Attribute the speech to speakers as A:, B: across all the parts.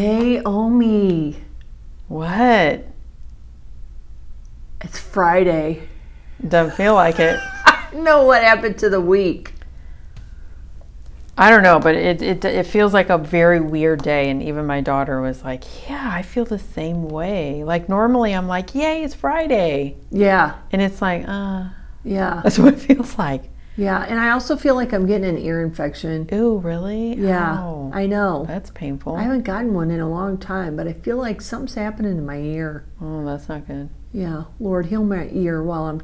A: Naomi.
B: What?
A: It's Friday.
B: Doesn't feel like it.
A: I know what happened to the week.
B: I don't know, but it, it it feels like a very weird day. And even my daughter was like, "Yeah, I feel the same way." Like normally, I'm like, "Yay, it's Friday,"
A: Yeah,
B: and it's like, "Uh,
A: yeah,
B: that's what it feels like."
A: yeah. And I also feel like I'm getting an ear infection.
B: Ooh, really?
A: Yeah,
B: Ow.
A: I know.
B: that's painful.
A: I haven't gotten one in a long time, but I feel like something's happening to my ear.
B: oh, that's not good.
A: Yeah, Lord, heal my ear while I'm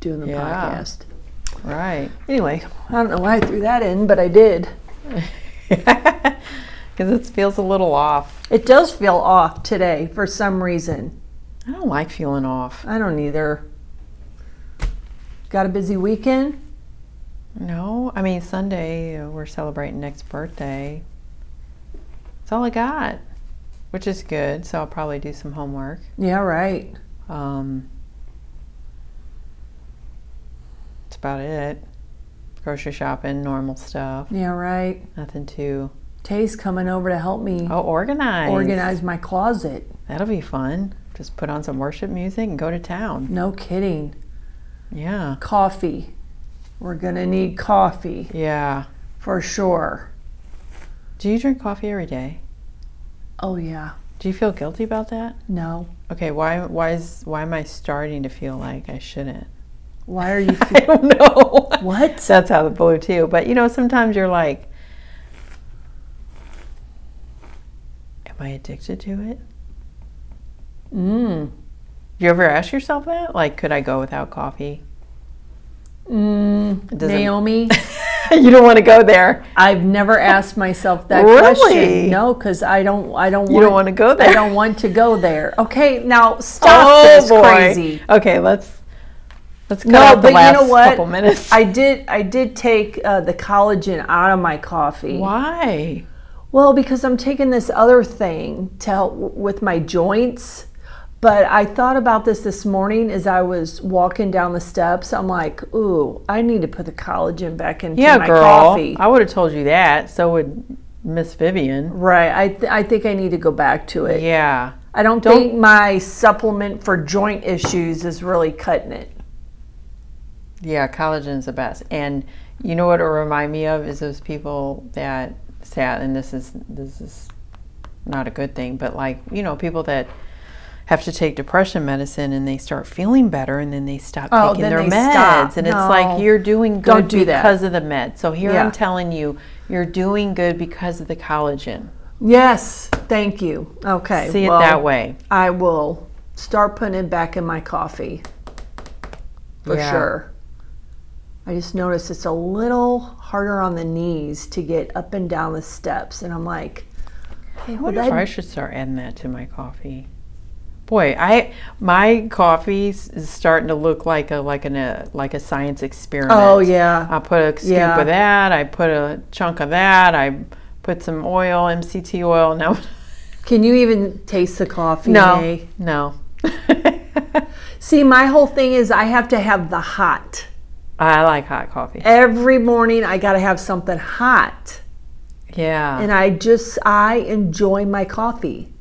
A: doing the
B: Yeah.
A: podcast.
B: Right?
A: Anyway, I don't know why I threw that in, but I did.
B: Because it feels a little off.
A: It does feel off today for some reason.
B: I don't like feeling off.
A: I don't either. Got a busy weekend?
B: No, I mean Sunday uh, we're celebrating Nick's birthday. That's all I got, which is good. So I'll probably do some homework.
A: Yeah, right.
B: Um, that's about it. Grocery shopping, normal stuff.
A: Yeah, right.
B: Nothing too.
A: Tay's coming over to help me
B: Oh, organize.
A: organize my closet.
B: That'll be fun. Just put on some worship music and go to town.
A: No kidding.
B: Yeah.
A: Coffee. We're going to need coffee
B: Yeah.
A: for sure.
B: Do you drink coffee every day?
A: Oh, yeah.
B: Do you feel guilty about that?
A: No.
B: Okay, why why is why am I starting to feel like I shouldn't?
A: Why are you?
B: I don't know.
A: What?
B: That's how the blue too. But you know, sometimes you're like, am I addicted to it?
A: mm.
B: Do you ever ask yourself that? Like, could I go without coffee?
A: Mm.
B: doesn't-
A: Naomi,
B: you don't want to go there.
A: I've never asked myself that
B: Really?
A: question. No, because I don't. I don't.
B: You
A: want,
B: don't want to go there.
A: I don't want to go there. Okay, now stop
B: Oh
A: this
B: boy.
A: crazy.
B: Okay, let's let's cut
A: No,
B: out the
A: but you
B: last
A: know what?
B: couple minutes.
A: I did. I did take uh, the collagen out of my coffee.
B: Why?
A: Well, because I'm taking this other thing to help w- with my joints. But I thought about this this morning as I was walking down the steps. I'm like, ooh, I need to put the collagen back into
B: Yeah,
A: my
B: girl.
A: coffee.
B: I would have told you that. So would Miss Vivian.
A: Right. I, th- I think I need to go back to it.
B: Yeah.
A: I don't, think my supplement for joint issues is really cutting it.
B: Yeah, collagen's the best. And you know what it remind me of is those people that sat and this is this is not a good thing, but like, you know, people that have to take depression medicine and they start feeling better and then they stop
A: Oh,
B: taking
A: then
B: their
A: they
B: meds
A: stop.
B: and it's
A: No.
B: like you're doing good
A: Don't do that.
B: because of the med. So here
A: Yeah.
B: I'm telling you, you're doing good because of the collagen.
A: Yes. Thank you. Okay.
B: See
A: well,
B: it that way.
A: I will start putting it back in my coffee for
B: Yeah.
A: sure. I just noticed it's a little harder on the knees to get up and down the steps, and I'm like,
B: I
A: well,
B: wonder if
A: that-
B: I should start adding that to my coffee. Boy, I my coffee s- is starting to look like a like an a like a science experiment.
A: oh yeah,
B: I put a scoop
A: Yeah.
B: of that. I put a chunk of that. I put some oil, MCT oil. No,
A: can you even taste the coffee? Nay?
B: no.
A: See, my whole thing is I have to have the hot
B: I like hot coffee.
A: every morning. I got to have something hot,
B: Yeah,
A: and I just I enjoy my coffee.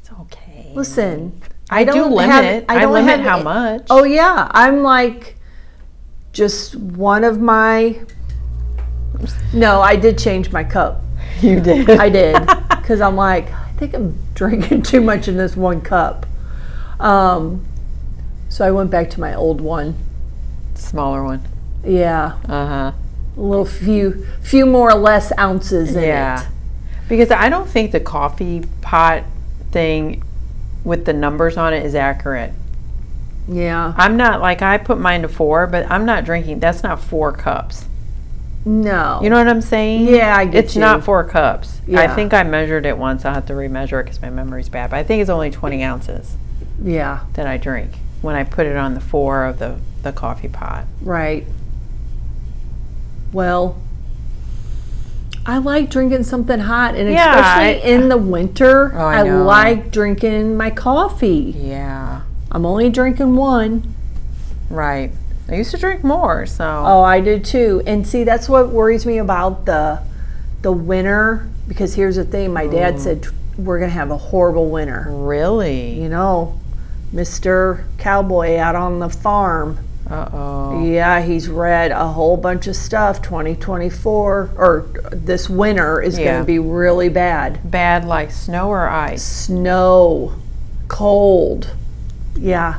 B: it's okay.
A: Listen,
B: I, do
A: don't
B: limit.
A: have- I
B: I,
A: don't have
B: limit how
A: it-
B: much.
A: Oh yeah, I'm like just one of my No, I did change my cup.
B: you did.
A: I did cuz I'm like I think I'm drinking too much in this one cup. Um so I went back to my old one.
B: Smaller one.
A: Yeah,
B: Uh huh.
A: a little few few more or less ounces in
B: Yeah.
A: it.
B: Because I don't think the coffee pot thing with the numbers on it is accurate.
A: Yeah.
B: I'm not like I put mine to four, but I'm not drinking. That's not four cups.
A: No.
B: You know what I'm saying?
A: Yeah, I get
B: It's
A: you.
B: not four cups.
A: Yeah.
B: I think I measured it once. I'll have to remeasure it because my memory's bad. But I think it's only 20 ounces
A: yeah,
B: that I drink when I put it on the four of the, the coffee pot.
A: right. Well, I like drinking something hot, and
B: Yeah,
A: especially
B: I-
A: in the winter,
B: Oh, I know.
A: like drinking my coffee.
B: Yeah.
A: I'm only drinking one.
B: Right. I used to drink more, so.
A: Oh, I do too. And see, that's what worries me about the the winter because here's the thing. My dad said we're gonna have a horrible winter.
B: Really?
A: You know, Mister Cowboy out on the farm.
B: Uh oh.
A: Yeah, he's read a whole bunch of stuff. 2024 or this winter is
B: Yeah.
A: gonna be really bad.
B: Bad like snow or ice?
A: Snow, cold. Yeah.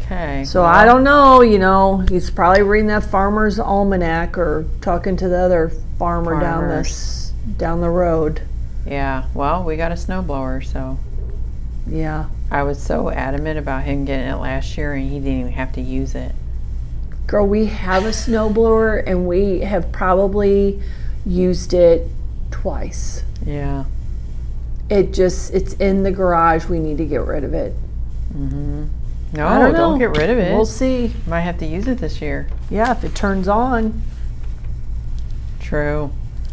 B: Okay.
A: So I don't know. You know, he's probably reading that farmer's almanac or talking to the other farmer down the s- down the road.
B: Yeah. Well, we got a snowblower, so.
A: Yeah,
B: I was so adamant about him getting it last year and he didn't even have to use it.
A: girl, we have a snowblower and we have probably used it twice.
B: Yeah.
A: It just it's in the garage. We need to get rid of it.
B: No,
A: I
B: don't,
A: Oh, don't know.
B: get rid of it.
A: We'll see.
B: Might have to use it this year.
A: Yeah, if it turns on,
B: True.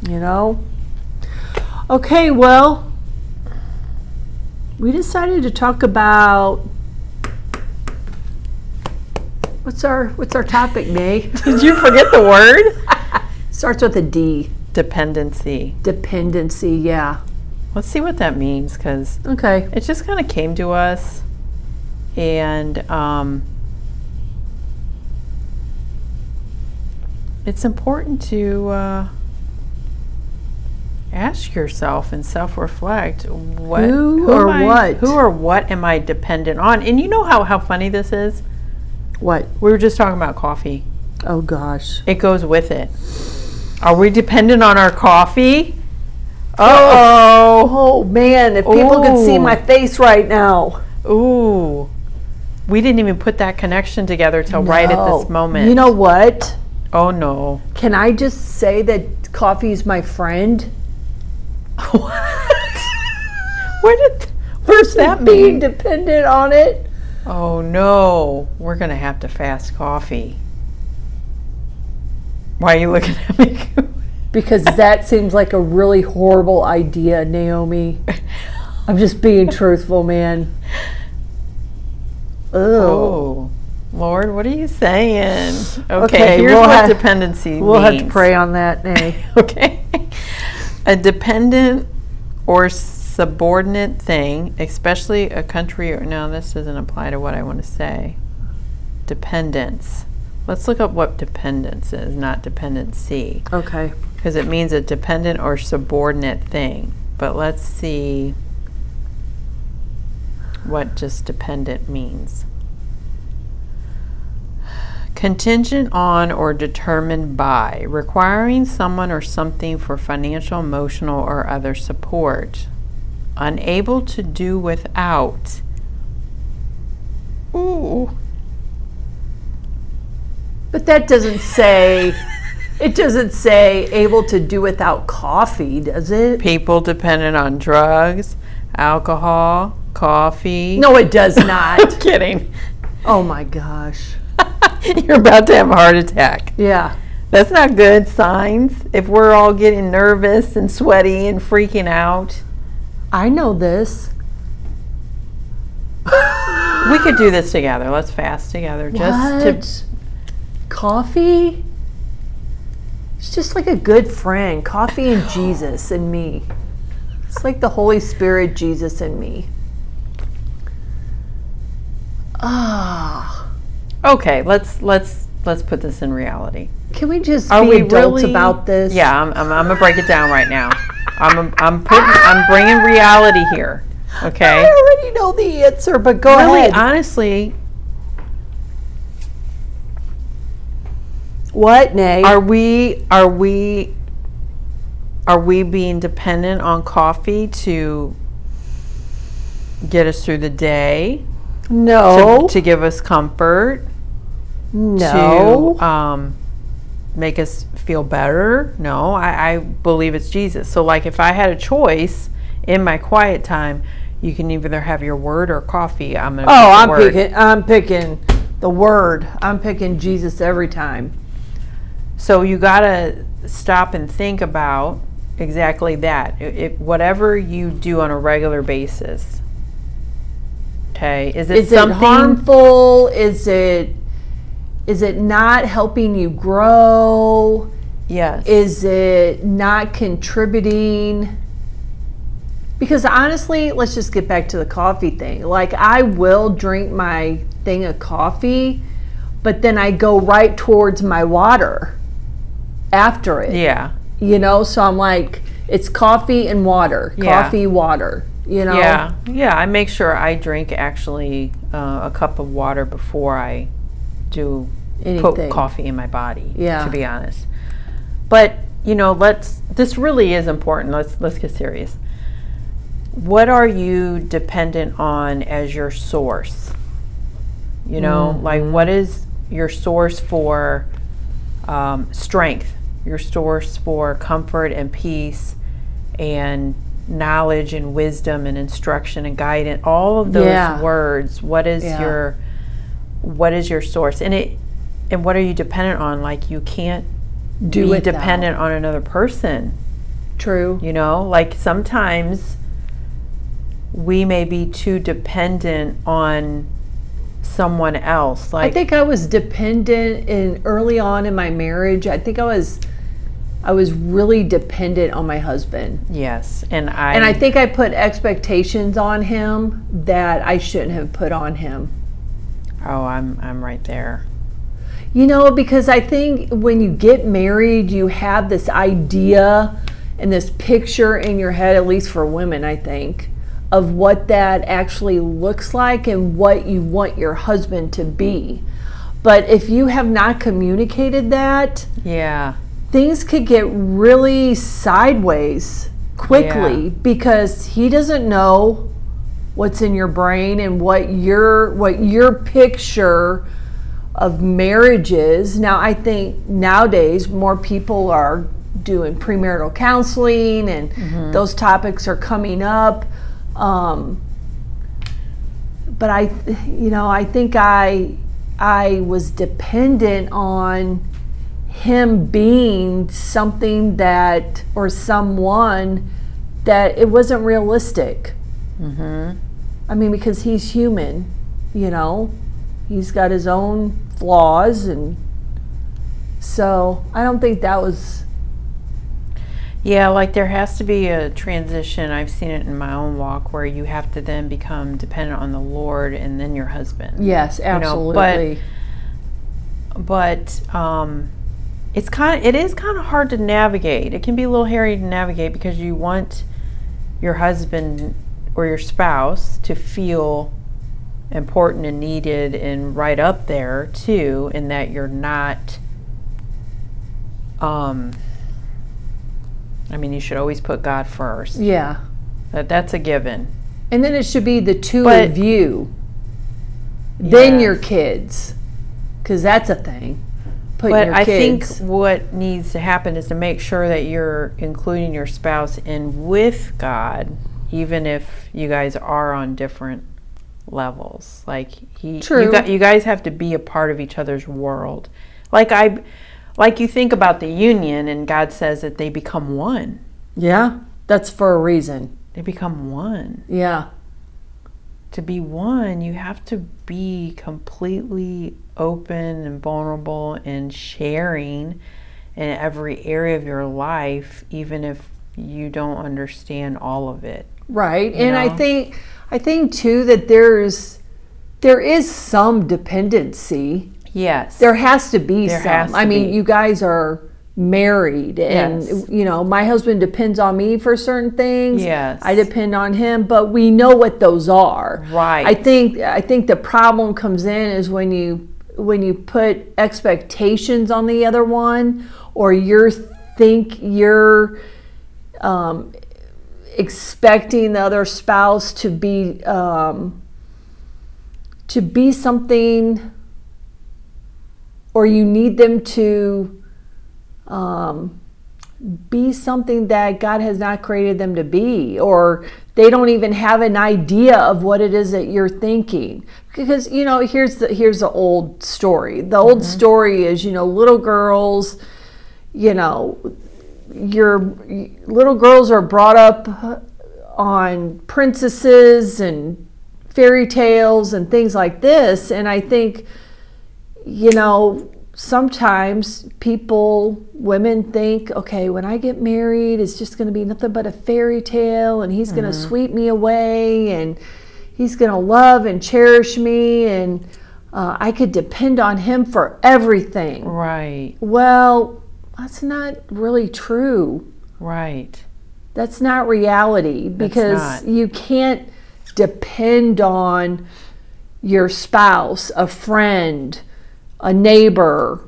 A: you know. Okay, well, we decided to talk about what's our what's our topic, May?
B: Did you forget the word?
A: Starts with a D.
B: Dependency.
A: Dependency, yeah.
B: Let's see what that means because
A: Okay.
B: it just kind of came to us and um, it's important to uh, ask yourself and self-reflect what
A: Who
B: am
A: or
B: I-
A: what?
B: who or what am i dependent on and you know how, how funny this is
A: What?
B: we were just talking about coffee
A: Oh gosh.
B: it goes with it are we dependent on our coffee oh
A: Oh man, if people could see
B: Ooh.
A: my face right now.
B: Ooh. We didn't even put that connection together till right at
A: Oh,
B: this moment.
A: You know what?
B: Oh no.
A: Can I just say that coffee is my friend?
B: what? Where did where's that
A: Being
B: mean?
A: dependent on it.
B: Oh no. We're gonna have to fast coffee. Why are you looking at me?
A: because that seems like a really horrible idea, Naomi. I'm just being truthful, man. Oh,
B: oh. Lord, what are you saying? Okay,
A: Okay,
B: here's
A: we'll
B: what
A: have-
B: dependency
A: we'll have to
B: means.
A: pray on that, Nay.
B: okay. A dependent or subordinate thing, especially a country or no, this doesn't apply to what I want to say. Dependence. Let's look up what dependence is, not dependency,
A: okay.
B: because it means a dependent or subordinate thing. But let's see what just dependent means. Contingent on or determined by, requiring someone or something for financial, emotional, or other support. Unable to do without. Ooh.
A: But that doesn't say it doesn't say able to do without coffee, does it?
B: People dependent on drugs, alcohol, coffee.
A: No, it does
B: I'm
A: not.
B: kidding.
A: oh my gosh.
B: You're about to have a heart attack.
A: Yeah.
B: That's not good signs. If we're all getting nervous and sweaty and freaking out,
A: I know this.
B: we could do this together. Let's fast together just
A: what?
B: to
A: coffee it's just like a good friend coffee and jesus and me it's like the holy spirit jesus and me ah
B: Okay, let's let's let's put this in reality.
A: can we just
B: Are
A: be
B: we
A: adults
B: really-
A: about this
B: Yeah, I'm I'm, I'm gonna break it down right now. I'm I'm putting I'm bringing reality here.
A: i
B: Okay.
A: already know the answer but Oh, go
B: Really,
A: ahead
B: honestly,
A: what nay
B: are we are we are we being dependent on coffee to get us through the day? to,
A: no
B: to give us comfort
A: no
B: to um, make us feel better. No, I, I believe it's Jesus. So, like, if I had a choice in my quiet time, you can either have your word or coffee. I'm gonna.
A: Oh,
B: pick the
A: I'm
B: word.
A: picking. I'm picking the word. I'm picking Jesus every time.
B: So you gotta stop and think about exactly that. It, it- whatever you do on a regular basis. Okay, is it
A: Is
B: something?
A: it harmful? Is it is it not helping you grow?
B: Yes.
A: Is it not contributing? Because honestly, let's just get back to the coffee thing. Like, I will drink my thing of coffee, but then I go right towards my water after it.
B: yeah.
A: You know, so I'm like, it's coffee and water,
B: Yeah.
A: coffee, water, you know?
B: Yeah, yeah. I make sure I drink actually uh, a cup of water before I do put
A: Anything.
B: coffee in my body.
A: Yeah.
B: to be honest. But you know, let's. This really is important. Let's let's get serious. What are you dependent on as your source? You know, like what
A: Mm-hmm.
B: is your source for um, strength, your source for comfort and peace, and knowledge and wisdom and instruction and guidance. All of those
A: Yeah.
B: words. What is
A: Yeah.
B: your what is your source? And it and what are you dependent on? Like you can't
A: Do
B: be
A: it now.
B: dependent on another person.
A: True.
B: You know, like sometimes we may be too dependent on someone else. Like
A: I think I was dependent in early on in my marriage. I think I was I was really dependent on my husband.
B: yes, and I
A: And I think I put expectations on him that I shouldn't have put on him.
B: oh, I'm I'm right there.
A: You know, because I think when you get married, you have this idea and this picture in your head, at least for women, I think, of what that actually looks like and what you want your husband to be. But if you have not communicated that,
B: Yeah.
A: things could get really sideways quickly
B: Yeah.
A: because he doesn't know what's in your brain and what your what your picture of marriage is. Now I think nowadays more people are doing premarital counseling and those topics are coming up. Um, but I, th- you know, I think I, I was dependent on him being something that or someone that it wasn't realistic.
B: Mm-hmm.
A: I mean, because he's human, you know, he's got his own flaws, and so I don't think that was
B: Yeah, like there has to be a transition. I've seen it in my own walk where you have to then become dependent on the Lord and then your husband.
A: yes,
B: know, but-
A: absolutely.
B: But um, it's kind of it is kind of hard to navigate. It can be a little hairy to navigate because you want your husband or your spouse to feel important and needed and right up there too, and that you're not. Um, I mean, you should always put God first.
A: yeah,
B: That that's a given.
A: and then it should be the two
B: But-
A: of you, then your
B: Yes.
A: kids, because that's a thing. Putting
B: But
A: your
B: I
A: kids.
B: think what needs to happen is to make sure that you're including your spouse in with God, even if you guys are on different levels. Like he,
A: True.
B: You, got, you guys have to be a part of each other's world. Like I, like you think about the union, and God says that they become one.
A: Yeah, that's for a reason.
B: They become one.
A: Yeah.
B: to be one, you have to be completely open and vulnerable and sharing in every area of your life, even if you don't understand all of it.
A: Right. and I
B: know?
A: think I think too that there's there is some dependency.
B: Yes.
A: There has to be
B: There
A: some.
B: has to
A: I mean,
B: be.
A: you guys are married and
B: Yes.
A: you know, my husband depends on me for certain things.
B: Yes.
A: I depend on him, but we know what those are.
B: Right.
A: I think I think the problem comes in is when you when you put expectations on the other one or you're think you're um, expecting the other spouse to be um, to be something or you need them to um, be something that God has not created them to be, or they don't even have an idea of what it is that you're thinking. Because you know, here's the here's the old story. The old story is, you know, little girls, you know, your little girls are brought up on princesses and fairy tales and things like this, and I think, you know, sometimes people, women think, okay, when I get married, it's just going to be nothing but a fairy tale and he's going to sweep me away and he's going to love and cherish me and uh, I could depend on him for everything.
B: Right.
A: Well, that's not really true.
B: Right.
A: That's not reality because
B: not.
A: you can't depend on your spouse, a friend, a neighbor,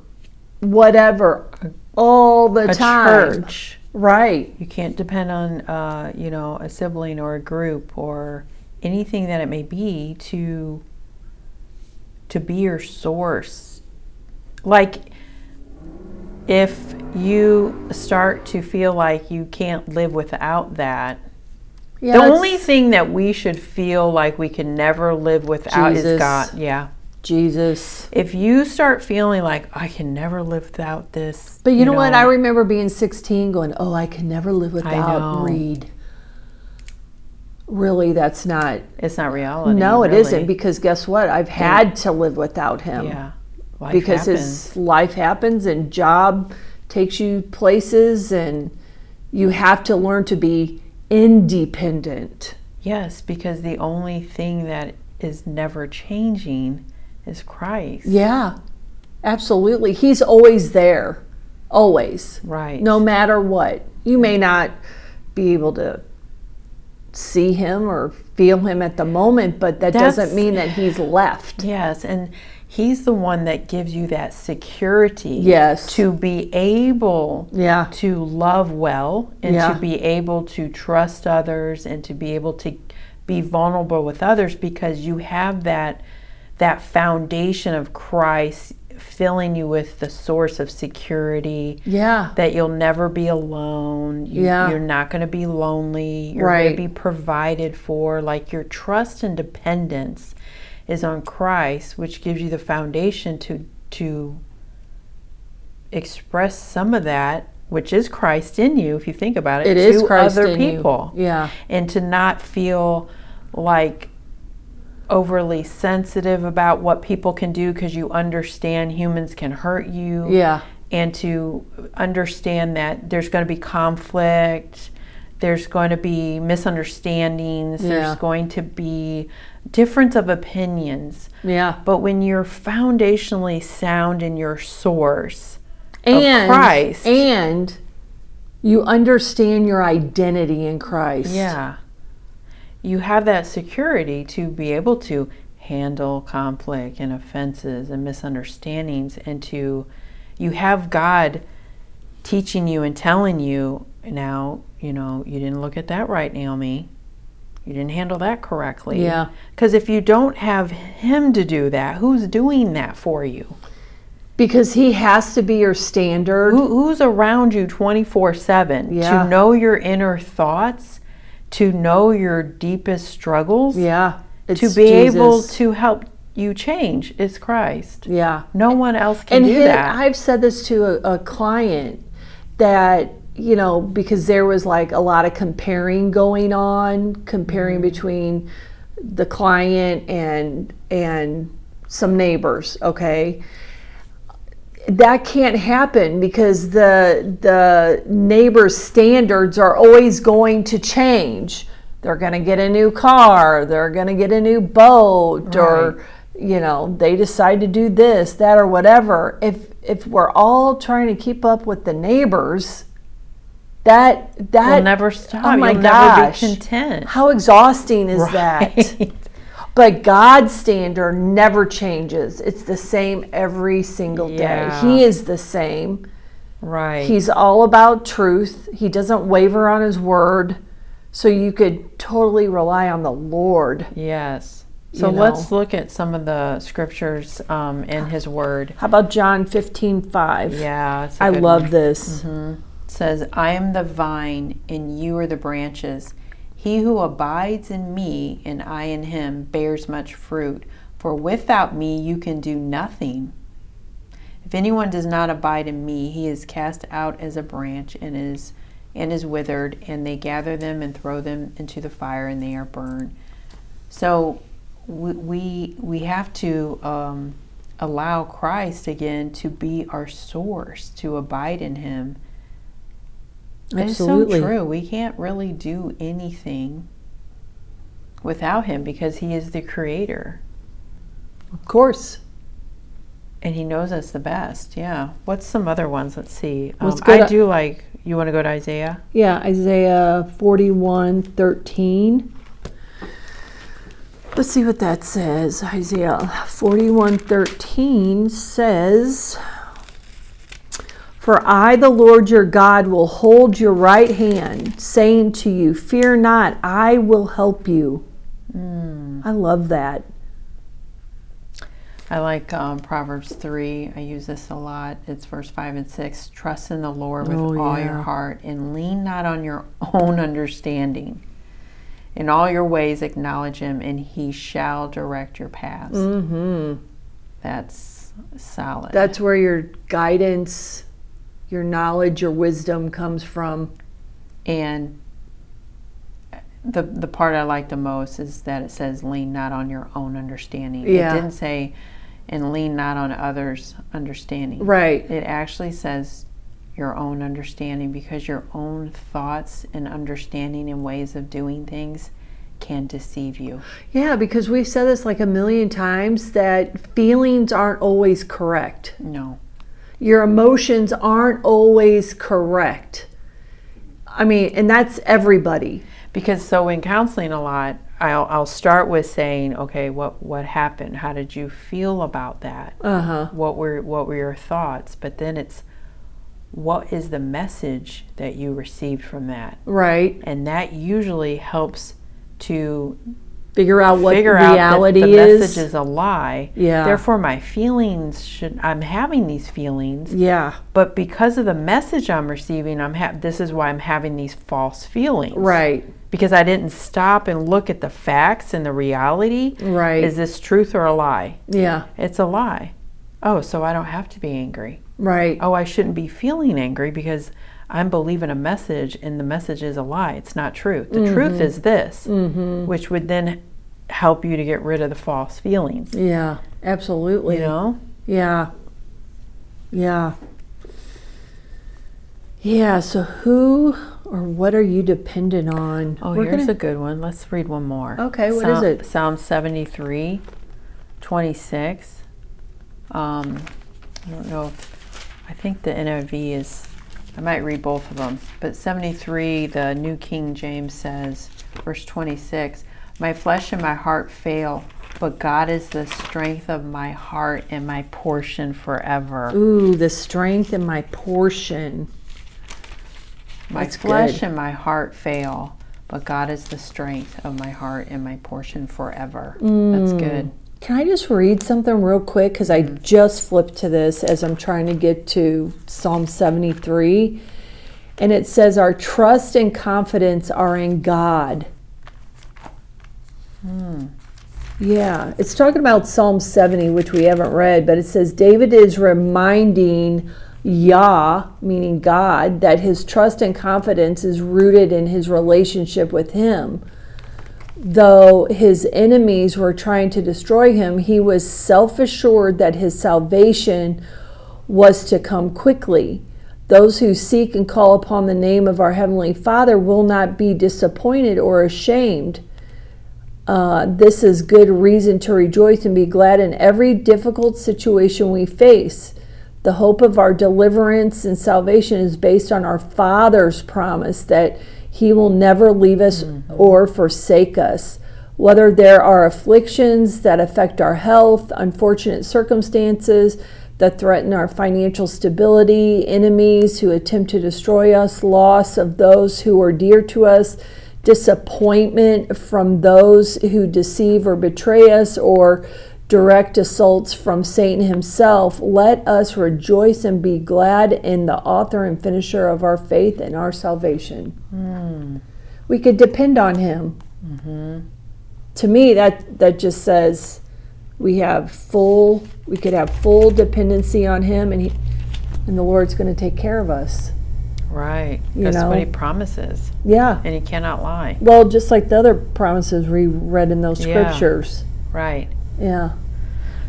A: whatever, all the
B: A
A: time.
B: church.
A: Right.
B: You can't depend on, uh, you know, a sibling or a group or anything that it may be to to be your source. Like if you start to feel like you can't live without that,
A: Yeah,
B: the
A: that's-
B: only thing that we should feel like we can never live without
A: Jesus.
B: is God. Yeah.
A: Jesus.
B: If you start feeling like I can never live without this,
A: But you, know, what? I remember being 16 going, oh, I can never live
B: know.
A: without Reed. Really, that's not.
B: it's not reality.
A: No, it
B: really.
A: not because guess what? I've had to live without him.
B: Yeah. Life
A: because
B: happens.
A: his life happens and job takes you places and you have to learn to be independent
B: Yes, because the only thing that is never changing is Christ.
A: yeah absolutely he's always there always
B: Right.
A: no matter what you may not be able to see him or feel him at the moment but that
B: That's-
A: doesn't mean that he's left
B: Yes, and he's the one that gives you that security
A: Yes.
B: to be able
A: yeah
B: to love well and
A: Yeah.
B: to be able to trust others and to be able to be vulnerable with others because you have that that foundation of Christ filling you with the source of security
A: yeah
B: that you'll never be alone. You,
A: Yeah.
B: You're not going to be lonely. You're
A: Right.
B: going to be provided for. Like your trust and dependence is on Christ, which gives you the foundation to to express some of that, which is Christ in you. If you think about it,
A: it
B: to
A: is Christ
B: other
A: in you.
B: people
A: yeah
B: and to not feel like overly sensitive about what people can do because you understand humans can hurt you
A: yeah
B: and to understand that there's going to be conflict there's going to be misunderstandings
A: Yeah.
B: there's going to be difference of opinions
A: yeah
B: but when you're foundationally sound in your source
A: and
B: Christ.
A: and you understand your identity in Christ.
B: Yeah. You have that security to be able to handle conflict and offenses and misunderstandings and to you have God teaching you and telling you now, you know, you didn't look at that right, Naomi. You didn't handle that correctly.
A: Yeah.
B: Cuz if you don't have him to do that, who's doing that for you?
A: Because he has to be your standard.
B: Who, who's around you 24 7
A: Yeah.
B: to know your inner thoughts, to know your deepest struggles,
A: Yeah. It's
B: to be able
A: Jesus.
B: to help you change is Christ.
A: Yeah.
B: No one else can
A: And
B: do
A: hit-
B: that.
A: I've said this to a, a client that, you know, because there was like a lot of comparing going on, comparing
B: Mm-hmm.
A: between the client and and some neighbors, okay? That can't happen because the the neighbor's standards are always going to change. They're going to get a new car, they're going to get a new boat or you know they decide to do this that or whatever if if we're all trying to keep up with the neighbors that that
B: You'll never stop.
A: oh my
B: You'll
A: gosh
B: never be content.
A: how exhausting is that but God's standard never changes it's the same every single
B: Yeah.
A: day he is the same
B: right.
A: He's all about truth. He doesn't waver on his word. So you could totally rely on the Lord
B: yes. So
A: you know.
B: let's look at some of the scriptures um, in His Word.
A: How about John 15 5?
B: Yeah, it's a
A: I
B: good
A: love
B: one. Mm-hmm.
A: this.
B: says, I am the vine, and you are the branches. He who abides in me, and I in him, bears much fruit. For without me, you can do nothing. If anyone does not abide in me, he is cast out as a branch and is and is withered, and they gather them and throw them into the fire, and they are burned. So we we, we have to um, allow Christ again to be our source, to abide in Him.
A: Absolutely.
B: It's so true. We can't really do anything without him because he is the creator
A: Of course.
B: and he knows us the best. Yeah. What's some other ones? Let's see. Um,
A: Let's go
B: I
A: to-
B: do like, you want to go to Isaiah?
A: Yeah, Isaiah 41 13. Let's see what that says. Isaiah 41 13 says, For I, the Lord your God, will hold your right hand, saying to you, Fear not, I will help you. I love that.
B: I like um, Proverbs 3. I use this a lot. It's verse 5 and 6. Trust in the Lord with
A: Oh,
B: all
A: yeah.
B: your heart and lean not on your own understanding. In all your ways, acknowledge him, and he shall direct your paths. Mm-hmm. That's solid.
A: That's where your guidance, your knowledge, your wisdom comes from.
B: And the the part I like the most is that it says lean not on your own understanding.
A: Yeah.
B: It didn't say and lean not on others' understanding.
A: Right.
B: It actually says your own understanding because your own thoughts and understanding and ways of doing things can deceive you.
A: Yeah, because we've said this like a million times that feelings aren't always correct.
B: No.
A: Your emotions aren't always correct. I mean, and that's everybody.
B: because so in counseling a lot I'll, I'll start with saying okay what what happened how did you feel about that
A: Uh-huh.
B: what were what were your thoughts but then it's what is the message that you received from that
A: Right.
B: and that usually helps to
A: Figure out what
B: figure
A: reality
B: out that the
A: is.
B: message is a lie
A: Yeah.
B: therefore my feelings should i'm having these feelings
A: Yeah.
B: but because of the message i'm receiving i'm ha- this is why i'm having these false feelings
A: Right.
B: because I didn't stop and look at the facts and the reality.
A: Right.
B: Is this truth or a lie?
A: Yeah.
B: It's a lie. Oh, so I don't have to be angry.
A: Right.
B: Oh, I shouldn't be feeling angry because I'm believing a message and the message is a lie. It's not truth. The truth is this, which would then help you to get rid of the false feelings.
A: Yeah. Absolutely.
B: You know?
A: Yeah. Yeah. Yeah, so who or what are you dependent on?
B: Oh,
A: We're
B: here's
A: gonna-
B: a good one. Let's read one more.
A: Okay, what
B: what
A: is
B: is
A: it?
B: Psalm 73, 26. Um, I don't know if, I think the NIV is, I might read both of them. But 73, the New King James says, verse 26, My flesh and my heart fail, but God is the strength of my heart and my portion forever.
A: Ooh, the strength in my portion.
B: My
A: That's
B: flesh
A: good.
B: and my heart fail, but God is the strength of my heart and my portion forever. That's good.
A: Can I just read something real quick? Because I just flipped to this as I'm trying to get to Psalm 73. And it says, Our trust and confidence are in God. Yeah, it's talking about Psalm 70, which we haven't read, but it says, David is reminding Yah, meaning God, that his trust and confidence is rooted in his relationship with him though his enemies were trying to destroy him, he was self assured that his salvation was to come quickly. Those who seek and call upon the name of our Heavenly Father will not be disappointed or ashamed. Uh, this is good reason to rejoice and be glad in every difficult situation we face. The hope of our deliverance and salvation is based on our Father's promise that He will never leave us or forsake us. Whether there are afflictions that affect our health, unfortunate circumstances that threaten our financial stability, enemies who attempt to destroy us, loss of those who are dear to us, disappointment from those who deceive or betray us or direct assaults from Satan himself, let us rejoice and be glad in the author and finisher of our faith and our salvation. Mm. We could depend on him. Mm-hmm. To me, that, that just says we have full, we could have full dependency on him and, he, and the Lord's going to take care of us.
B: Right. You That's know? what he promises.
A: Yeah.
B: And he cannot lie.
A: Well, just like the other promises we read in those scriptures.
B: Yeah. Right.
A: Yeah.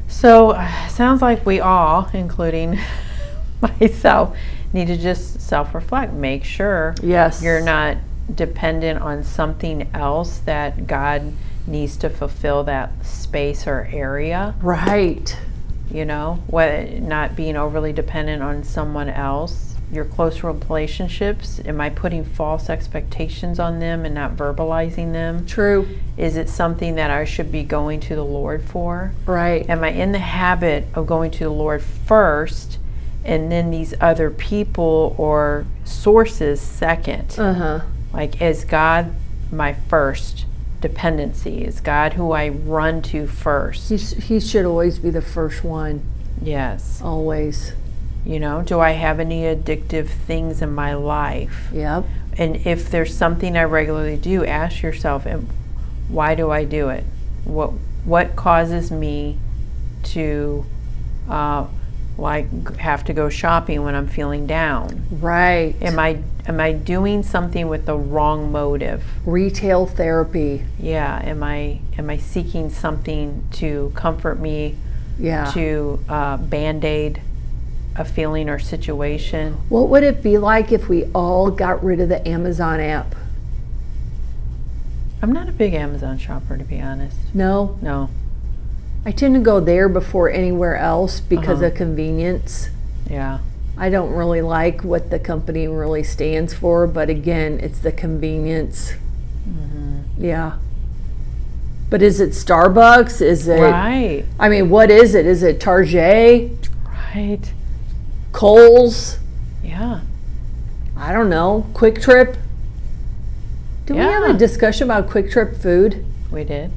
B: So, uh, sounds like we all, including myself, need to just self reflect. Make sure
A: yes.
B: you're not dependent on something else that God needs to fulfill that space or area.
A: Right.
B: You know, what, not being overly dependent on someone else. Your close relationships, am I putting false expectations on them and not verbalizing them?
A: True
B: is it something that I should be going to the Lord for?
A: Right.
B: Am I in the habit of going to the Lord first and then these other people or sources second?
A: Uh-huh.
B: Like, is God my first dependency? Is God who I run to first?
A: He, he should always be the first one.
B: Yes.
A: Always.
B: You know, do I have any addictive things in my life?
A: Yep.
B: And if there's something I regularly do, ask yourself, why do I do it? What what causes me to uh, like have to go shopping when I'm feeling down?
A: Right.
B: Am I am I doing something with the wrong motive?
A: Retail therapy.
B: Yeah. Am I am I seeking something to comfort me?
A: Yeah.
B: To uh, band aid a feeling or situation.
A: What would it be like if we all got rid of the Amazon app?
B: I'm not a big Amazon shopper, to be honest.
A: No?
B: No.
A: I tend to go there before anywhere else because uh-huh. of convenience.
B: Yeah.
A: I don't really like what the company really stands for, but again, it's the convenience. Mm-hmm. Yeah. But is it Starbucks? Is it.
B: Right.
A: I mean, what is it? Is it Target?
B: Right.
A: Kohl's?
B: Yeah.
A: I don't know. Quick Trip? Did yeah. we have a discussion about Quick Trip food?
B: We did.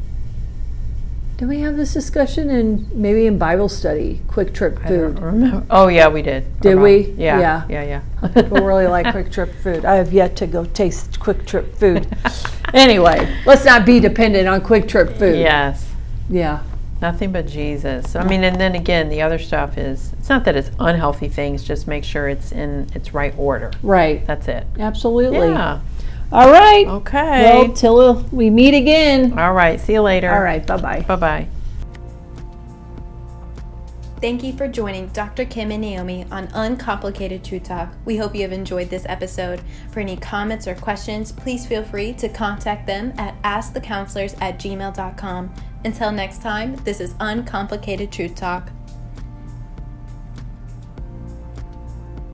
A: Did we have this discussion in maybe in Bible study? Quick Trip food.
B: remember. Oh yeah, we did.
A: Did about, we?
B: Yeah. Yeah. Yeah.
A: yeah. People really like Quick Trip food. I have yet to go taste Quick Trip food. anyway, let's not be dependent on Quick Trip food.
B: Yes.
A: Yeah.
B: Nothing but Jesus. I mean, and then again, the other stuff is it's not that it's unhealthy things. Just make sure it's in its right order.
A: Right.
B: That's it.
A: Absolutely.
B: Yeah.
A: All right.
B: Okay.
A: Well, till we meet again.
B: All right. See you later.
A: All right. Bye bye.
B: Bye bye.
C: Thank you for joining Dr. Kim and Naomi on Uncomplicated True Talk. We hope you have enjoyed this episode. For any comments or questions, please feel free to contact them at askthecounselors at gmail.com. Until next time, this is Uncomplicated Truth Talk.